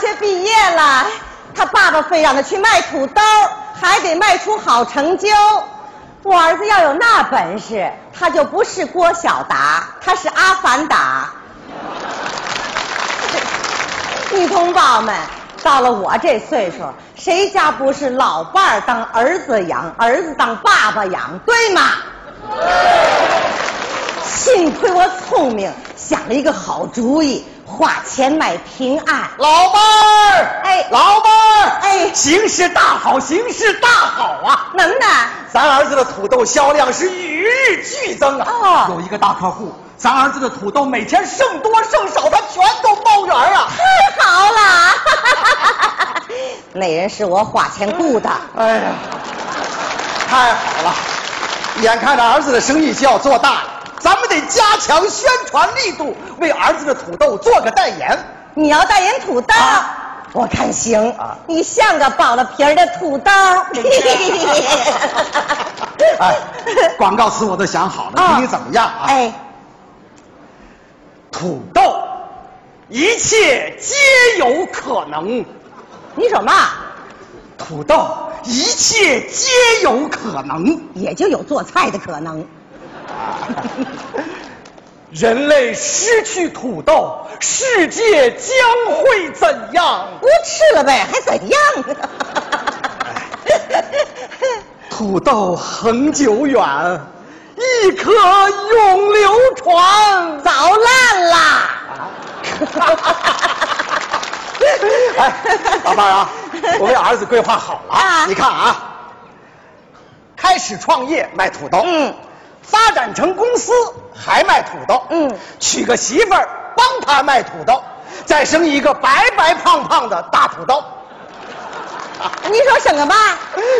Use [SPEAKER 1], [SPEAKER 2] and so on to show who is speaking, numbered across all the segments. [SPEAKER 1] 学毕业了，他爸爸非让他去卖土豆，还得卖出好成就。我儿子要有那本事，他就不是郭晓达，他是阿凡达。女同胞们，到了我这岁数，谁家不是老伴儿当儿子养，儿子当爸爸养，对吗？幸亏我聪明，想了一个好主意，花钱买平安。
[SPEAKER 2] 老伴儿，
[SPEAKER 1] 哎
[SPEAKER 2] 老伴儿，
[SPEAKER 1] 哎
[SPEAKER 2] 形势大好，形势大好啊！
[SPEAKER 1] 能的，
[SPEAKER 2] 咱儿子的土豆销量是与日俱增啊！
[SPEAKER 1] 哦
[SPEAKER 2] 有一个大客户，咱儿子的土豆每天剩多剩少，他全都包圆儿啊！
[SPEAKER 1] 太好了！ 那人是我花钱雇的，
[SPEAKER 2] 哎呀，太好了！眼看着儿子的生意就要做大了，咱们得加强宣传力度，为儿子的土豆做个 代言。
[SPEAKER 1] 你要代言土豆，
[SPEAKER 2] 啊
[SPEAKER 1] 我看行。
[SPEAKER 2] 啊
[SPEAKER 1] 你像个剥了皮儿的土豆。
[SPEAKER 2] 哎，广告词我都想好了，
[SPEAKER 1] 啊
[SPEAKER 2] 听你怎么样啊？
[SPEAKER 1] 哎，
[SPEAKER 2] 土豆，一切皆有可能。
[SPEAKER 1] 你什么？
[SPEAKER 2] 土豆，一切皆有可能。
[SPEAKER 1] 也就有做菜的可能。
[SPEAKER 2] 人类失去土豆，世界将会怎样？
[SPEAKER 1] 不吃了呗，还怎样？
[SPEAKER 2] 哎土豆恒久远，一颗永流传。
[SPEAKER 1] 早烂啦！
[SPEAKER 2] 啊哎，老伴 儿啊，我为儿子规划好了啊
[SPEAKER 1] 啊
[SPEAKER 2] 你看啊，开始创业卖土豆，
[SPEAKER 1] 嗯，
[SPEAKER 2] 发展成公司还卖土豆，
[SPEAKER 1] 嗯，
[SPEAKER 2] 娶个媳妇儿帮他卖土豆，再生一个白白胖胖的大土豆，
[SPEAKER 1] 你说省个嘛？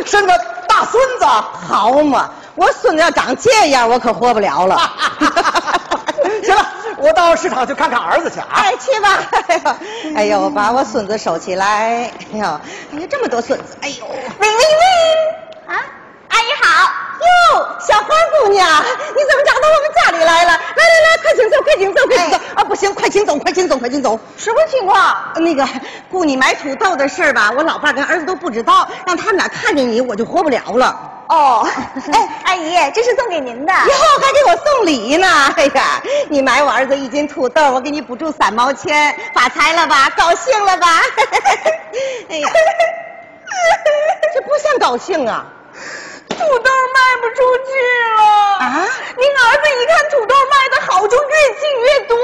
[SPEAKER 2] 生个大 孙子。。
[SPEAKER 1] 好嘛，我孙子要长这样，我可活不了 了
[SPEAKER 2] 行了，我到市场去看看儿子去啊。
[SPEAKER 1] 哎，去吧！哎呦，哎呦，把我孙子收起来！哎呦，哎呀，这么多孙子！哎呦，喂喂喂！啊，阿姨好！哟，小花姑娘，你怎么找到我们家里来了？来来来，快请坐，快请坐，快请坐！啊，不行，快请走，快请走，快请走！什么情况？那个雇你买土豆的事儿吧，我老伴儿跟儿子都不知道，让他们俩看见你，我就活不了了。
[SPEAKER 3] 哦，哎，阿姨，这是送给您的。
[SPEAKER 1] 哟，还给我送礼呢！哎呀，你买我儿子一斤土豆，我给你补助三毛钱，发财了吧？高兴了吧？ 哎呀，这不像高兴啊！
[SPEAKER 3] 土豆卖不出去了
[SPEAKER 1] 啊
[SPEAKER 3] 您儿子一看土豆卖的好，就越进越多。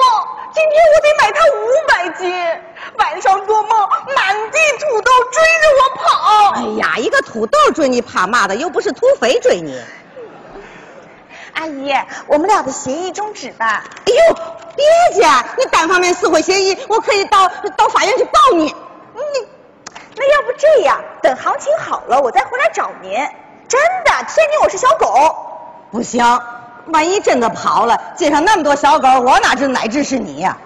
[SPEAKER 3] 今天我得买他五百斤。晚上做梦，满地土豆追着我跑。
[SPEAKER 1] 哎呀，一个土豆追你怕嘛的，又不是土匪追你。
[SPEAKER 3] 阿姨，我们俩的协议终止吧。
[SPEAKER 1] 哎呦，别介，你单方面撕毁协议，我可以到到法院去告你。
[SPEAKER 3] 嗯你，那要不这样，等行情好了，我再回来找您。真的，最近我是小狗。
[SPEAKER 1] 不行，万一真的跑了，街上那么多小狗，我哪知哪只是你呀、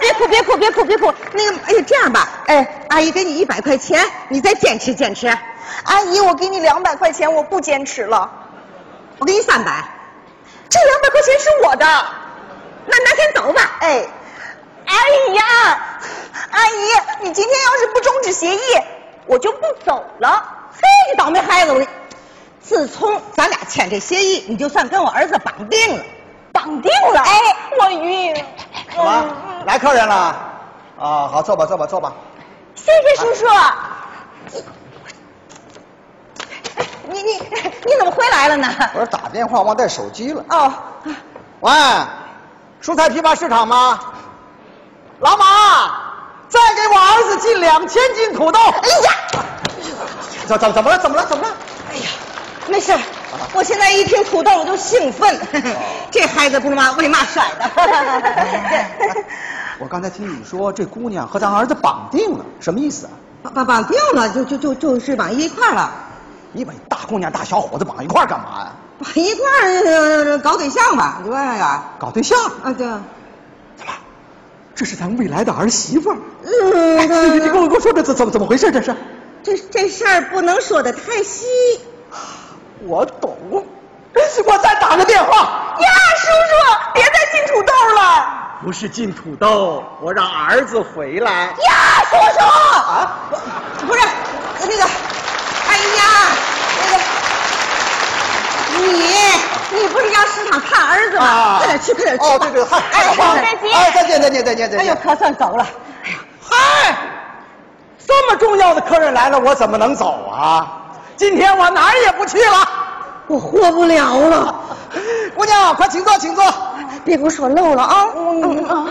[SPEAKER 1] 别哭， 别哭，别哭，别哭。那个，哎呀，这样吧，哎，阿姨给你一百块钱，你再坚持坚持。
[SPEAKER 3] 阿姨，我给你两百块钱，我不坚持了。
[SPEAKER 1] 我给你三百，
[SPEAKER 3] 这两百块钱是我的。
[SPEAKER 1] 那拿钱走吧。
[SPEAKER 3] 哎，阿姨呀、阿姨，你今天要是不终止协议，我就不走了。
[SPEAKER 1] 嘿，你倒霉孩子，我自从咱俩签这协议，你就算跟我儿子绑定了。
[SPEAKER 3] 绑定了。哎，我晕。
[SPEAKER 1] 嗯
[SPEAKER 2] 怎么，来客人了？啊，好，坐吧，坐吧，坐吧。
[SPEAKER 3] 谢谢叔叔。
[SPEAKER 1] 你你你怎么回来了呢？
[SPEAKER 2] 我说打电话忘带手机了。
[SPEAKER 1] 哦，
[SPEAKER 2] 喂，蔬菜批发市场吗？老马，再给我儿子进两千斤土豆。
[SPEAKER 1] 哎呀，
[SPEAKER 2] 怎怎怎么了？怎么了？怎么了？
[SPEAKER 1] 哎呀，没事儿，我现在一听土豆我就兴奋，这孩子不是嘛为嘛摔 的？
[SPEAKER 2] 我刚才听你说这姑娘和咱儿子绑定了，什么意思啊？
[SPEAKER 1] 绑绑绑定了，就就就就是绑一块儿了，
[SPEAKER 2] 你把大姑娘大小伙子绑一块儿干嘛呀、
[SPEAKER 1] 绑一块儿、呃搞对象吧，对吧？
[SPEAKER 2] 搞对象？
[SPEAKER 1] 啊对，
[SPEAKER 2] 怎么？这是咱未来的儿媳妇儿。哎你
[SPEAKER 1] 嗯，
[SPEAKER 2] 你跟我跟我说这怎怎么怎么回事？这是？
[SPEAKER 1] 这这事儿不能说的太细。
[SPEAKER 2] 我懂，我再打个电话。
[SPEAKER 3] 呀，叔叔，别再进土豆了！
[SPEAKER 2] 不是进土豆，我让儿子回来。
[SPEAKER 1] 呀，叔叔啊，不不是呃那个，哎呀，那个，你你不是要市场看儿子吗？快点去，快点去吧。
[SPEAKER 2] 哦，对对，嗨，
[SPEAKER 1] 哎，
[SPEAKER 2] 好吧
[SPEAKER 1] 再见。
[SPEAKER 2] 哎，再见，再见，再见，再
[SPEAKER 1] 哎呦，
[SPEAKER 2] 见。
[SPEAKER 1] 可算走了。
[SPEAKER 2] 嗨，这么重要的客人来了，我怎么能走啊？今天我哪儿也不去了。
[SPEAKER 1] 我活不了了，
[SPEAKER 2] 姑娘，快请坐，请坐。
[SPEAKER 1] 别给我说漏了啊！
[SPEAKER 3] 嗯哦，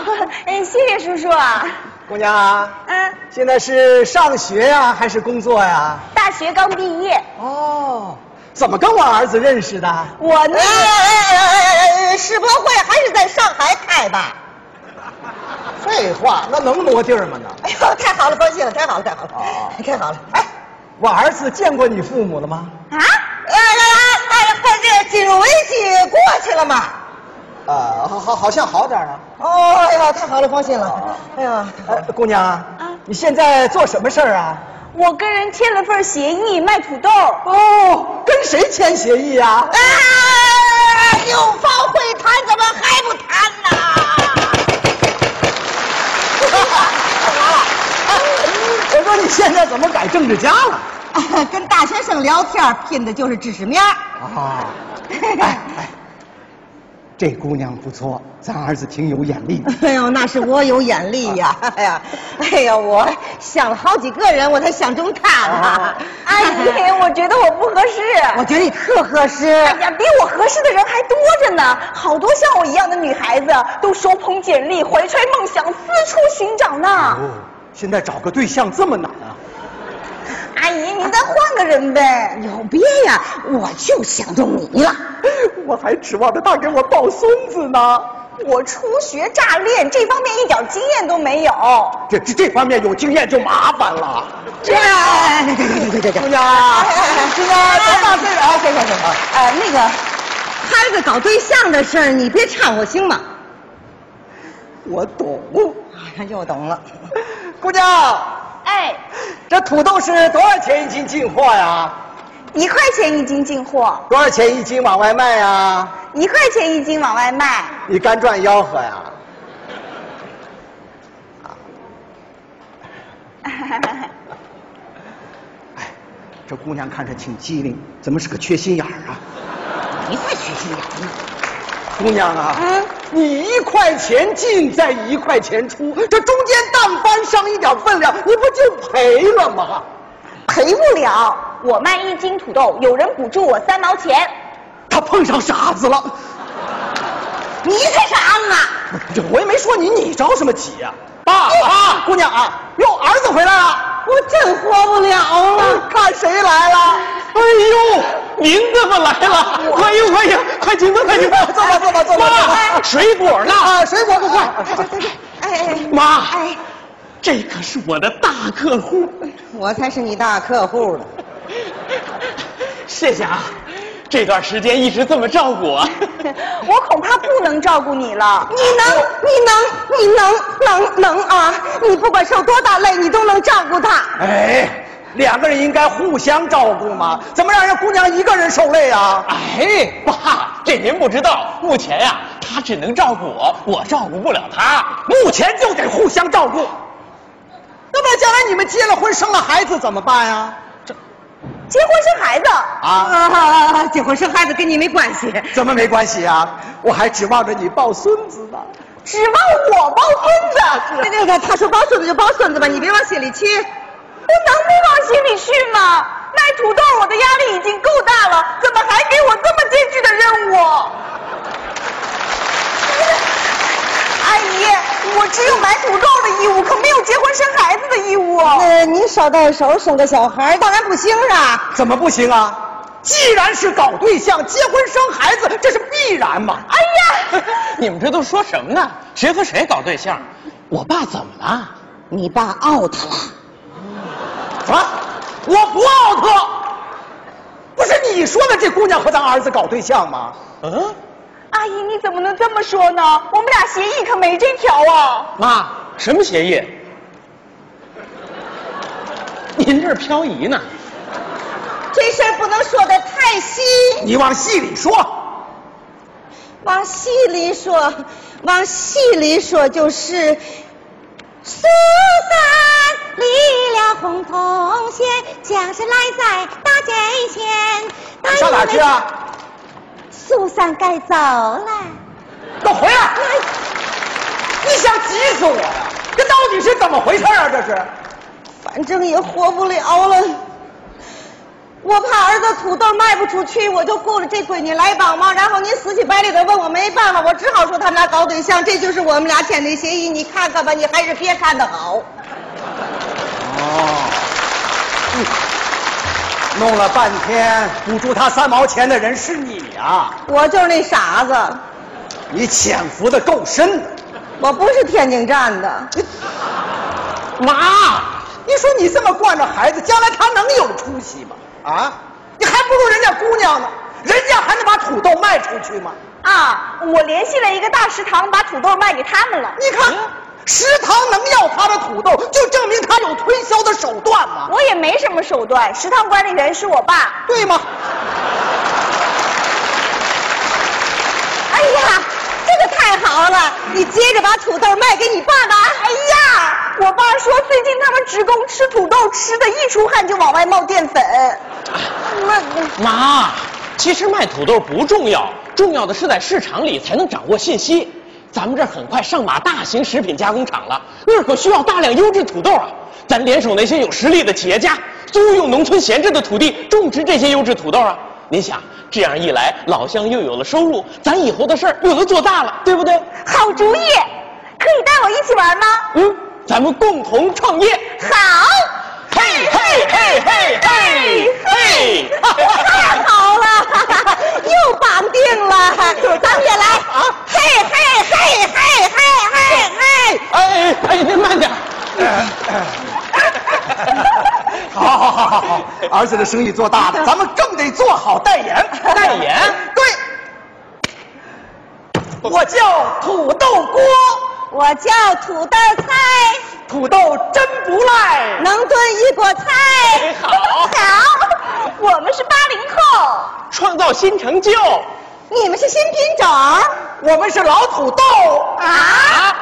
[SPEAKER 3] 哎，谢谢叔叔啊。
[SPEAKER 2] 姑娘，
[SPEAKER 3] 嗯，
[SPEAKER 2] 现在是上学呀、还是工作呀、
[SPEAKER 3] 大学刚毕业，
[SPEAKER 2] 哦，怎么跟我儿子认识的？
[SPEAKER 3] 我呢
[SPEAKER 1] 哎，哎哎哎哎，世博会还是在上海开吧？
[SPEAKER 2] 废话，那能挪地儿吗？呢？
[SPEAKER 1] 哎呦，太好了，高兴了，太好了，太好了
[SPEAKER 2] 哦，
[SPEAKER 1] 太好了！哎，
[SPEAKER 2] 我儿子见过你父母了吗？
[SPEAKER 1] 啊，来来来，哎，快这金融危机过去了嘛？
[SPEAKER 2] 呃，好好好像好点儿了。
[SPEAKER 1] 哦，哎呀，太好了，放心了。哎呀，
[SPEAKER 2] 呃，姑娘，啊，你现在做什么事儿啊？
[SPEAKER 3] 我跟人签了份协议卖土豆。
[SPEAKER 2] 哦，跟谁签协议啊呀、
[SPEAKER 1] 哎，又方会谈，怎么还不谈呢？
[SPEAKER 2] 哎我说你现在怎么改政治家了？
[SPEAKER 1] 跟大学生聊天拼的就是知识面儿。
[SPEAKER 2] 啊，哎哎，这姑娘不错，咱儿子挺有眼力的。
[SPEAKER 1] 哎呦，那是我有眼力呀！哎呀，哎呀，我想了好几个人，我才想中他了。
[SPEAKER 3] 阿 姨，我觉得我不合适。
[SPEAKER 1] 我觉得你特合适。
[SPEAKER 3] 哎呀，比我合适的人还多着呢，好多像我一样的女孩子都手捧简历，怀揣梦想，四处寻找呢。
[SPEAKER 2] 哦，现在找个对象这么难啊？
[SPEAKER 3] 阿姨，您再换个人呗。
[SPEAKER 1] 有别呀，我就想中你了。
[SPEAKER 2] 我还指望着他给我抱孙子呢。
[SPEAKER 3] 我初学乍练，这方面一点经验都没有。呃
[SPEAKER 2] 这这这方面有经验就麻烦了。
[SPEAKER 1] 这，对对对对对对
[SPEAKER 2] 姑。娘，姑娘多大岁数啊？行行行啊。
[SPEAKER 1] 呃，那个，摊子搞对象的事儿，你别掺和行吗？
[SPEAKER 2] 我懂。
[SPEAKER 1] 哎，又懂了。
[SPEAKER 2] 姑娘，
[SPEAKER 3] 哎，
[SPEAKER 2] 这土豆是多少钱一斤进货呀？
[SPEAKER 3] 一块钱一斤进货，
[SPEAKER 2] 多少钱一斤往外卖呀？
[SPEAKER 3] 一块钱一斤往外卖。
[SPEAKER 2] 你干赚吆 喝呀？这姑娘看着挺机灵，怎么是个缺心眼儿啊？
[SPEAKER 1] 你才缺心眼儿呢。
[SPEAKER 2] 姑娘啊，
[SPEAKER 3] 嗯
[SPEAKER 2] 你一块钱进，再一块钱出，这中间但凡上一点分量，你不就赔了吗？
[SPEAKER 3] 赔不了，我卖一斤土豆，有人补助我三毛钱。
[SPEAKER 2] 他碰上傻子了，
[SPEAKER 1] 你才是安啊！
[SPEAKER 2] 这我也没说你，你着什么急呀、爸爸，姑娘啊，哟，儿子回来了。
[SPEAKER 1] 我真活不了啊
[SPEAKER 3] 哦
[SPEAKER 1] 了。
[SPEAKER 2] 看谁来了！哎呦，您怎么来了？欢迎欢迎，快请坐，快请坐，坐吧哎坐吧坐吧。
[SPEAKER 1] 妈
[SPEAKER 2] 水果呢？
[SPEAKER 3] 哦
[SPEAKER 2] 啊，水果快快！
[SPEAKER 1] 哎哎，
[SPEAKER 2] 妈
[SPEAKER 1] 哎，
[SPEAKER 4] 这可是我的大客户，
[SPEAKER 1] 我才是你大客户呢。
[SPEAKER 4] 谢谢啊！这段时间一直这么照顾我，
[SPEAKER 3] 我恐怕不能照顾你了。哎
[SPEAKER 1] 你能，你能，你能，能能啊！你不管受多大累，你都能照顾他。
[SPEAKER 2] 哎，两个人应该互相照顾嘛，怎么让人姑娘一个人受累啊？
[SPEAKER 4] 哎，爸，这您不知道，目前呀、他只能照顾我，我照顾不了他。
[SPEAKER 2] 目前就得互相照顾，要不然将来你们结了婚生了孩子怎么办呀？
[SPEAKER 3] 结婚生孩子，
[SPEAKER 2] 啊，
[SPEAKER 1] 啊，结婚生孩子跟你没关系。
[SPEAKER 2] 怎么没关系啊？我还指望着你抱孙子呢。
[SPEAKER 3] 指望我抱孙子，
[SPEAKER 1] 哎那那个，他说抱孙子就抱孙子吧，你别往心里去。
[SPEAKER 3] 我能不往心里去吗？卖土豆，我的压力已经够大了，怎么还给我这么艰巨的任务？ 阿姨，我只有买土豆的义务，可没有结婚生孩子的义务。
[SPEAKER 1] 呃，你捎带手生个小孩儿，当然不行啊。
[SPEAKER 2] 怎么不行啊？既然是搞对象，结婚生孩子，这是必然嘛。
[SPEAKER 3] 哎呀，
[SPEAKER 4] 你们这都说什么呢？谁和谁搞对象？啊我爸怎么了？
[SPEAKER 1] 你爸 out 了，
[SPEAKER 2] 什么？啊我不奥特，不是你说的这姑娘和咱儿子搞对象吗？
[SPEAKER 4] 嗯，
[SPEAKER 3] 阿姨你怎么能这么说呢？我们俩协议可没这条啊。
[SPEAKER 4] 妈，什么协议？您这儿漂移呢？
[SPEAKER 1] 这事儿不能说的太细。
[SPEAKER 2] 你往细里说。
[SPEAKER 1] 往细里说，往细里说就是。苏三离了红铜线，将是来在大街前。
[SPEAKER 4] 哎
[SPEAKER 2] 你上哪儿去？啊？
[SPEAKER 1] 苏三该走了。
[SPEAKER 4] 哎
[SPEAKER 2] 给我回来！你想急死我呀？这到底是怎么回事啊？这是？
[SPEAKER 1] 反正也活不了了。我怕儿子土豆卖不出去，我就雇了这闺女来帮忙。然后您死乞白赖的问我没办法，我只好说他们俩搞对象，这就是我们俩签的协议。你看看吧，你还是别看的好。
[SPEAKER 2] 哦，嗯弄了半天补助他三毛钱的人是你啊！
[SPEAKER 1] 我就是那傻子，
[SPEAKER 2] 你潜伏的够深的。
[SPEAKER 1] 我不是天津站的，
[SPEAKER 4] 妈，
[SPEAKER 2] 你说你这么惯着孩子，将来他能有出息吗？啊，你还不如人家姑娘呢，人家还能把土豆卖出去吗？
[SPEAKER 3] 啊，我联系了一个大食堂，把土豆卖给他们了。
[SPEAKER 2] 你看，食堂能要他的土豆，就证明他有推销的手段嘛，
[SPEAKER 3] 我也没什么手段，食堂管理员是我爸。
[SPEAKER 2] 对吗？
[SPEAKER 1] 哎呀，这个太好了！你接着把土豆卖给你爸爸。
[SPEAKER 3] 哎呀，我爸说最近他们职工吃土豆吃的一出汗就往外冒淀粉。那
[SPEAKER 4] 妈，其实卖土豆不重要，重要的是在市场里才能掌握信息。咱们这儿很快上马大型食品加工厂了，那儿可需要大量优质土豆啊！咱联手那些有实力的企业家，租用农村闲置的土地种植这些优质土豆啊！您想，这样一来，老乡又有了收入，咱以后的事儿又能做大了，对不对？
[SPEAKER 3] 好主意，可以带我一起玩吗？
[SPEAKER 4] 嗯，咱们共同创业。
[SPEAKER 3] 好，
[SPEAKER 4] 嘿嘿嘿嘿嘿嘿！
[SPEAKER 1] 太 好了，又绑定了，咱们也来啊！嘿嘿嘿嘿嘿嘿嘿！
[SPEAKER 4] 哎哎，您慢点儿。
[SPEAKER 2] 好好好好好，儿子的生意做大了，咱们更得做好代 言。
[SPEAKER 4] 代言
[SPEAKER 2] 对，我叫土豆锅，
[SPEAKER 1] 我叫土豆菜，
[SPEAKER 2] 土豆真不赖。
[SPEAKER 1] 能炖一锅菜。
[SPEAKER 4] 好，
[SPEAKER 3] 好，我们是八零后。
[SPEAKER 4] 创造新成就。
[SPEAKER 1] 你们是新品种儿
[SPEAKER 2] 我们是老土豆。
[SPEAKER 1] 啊？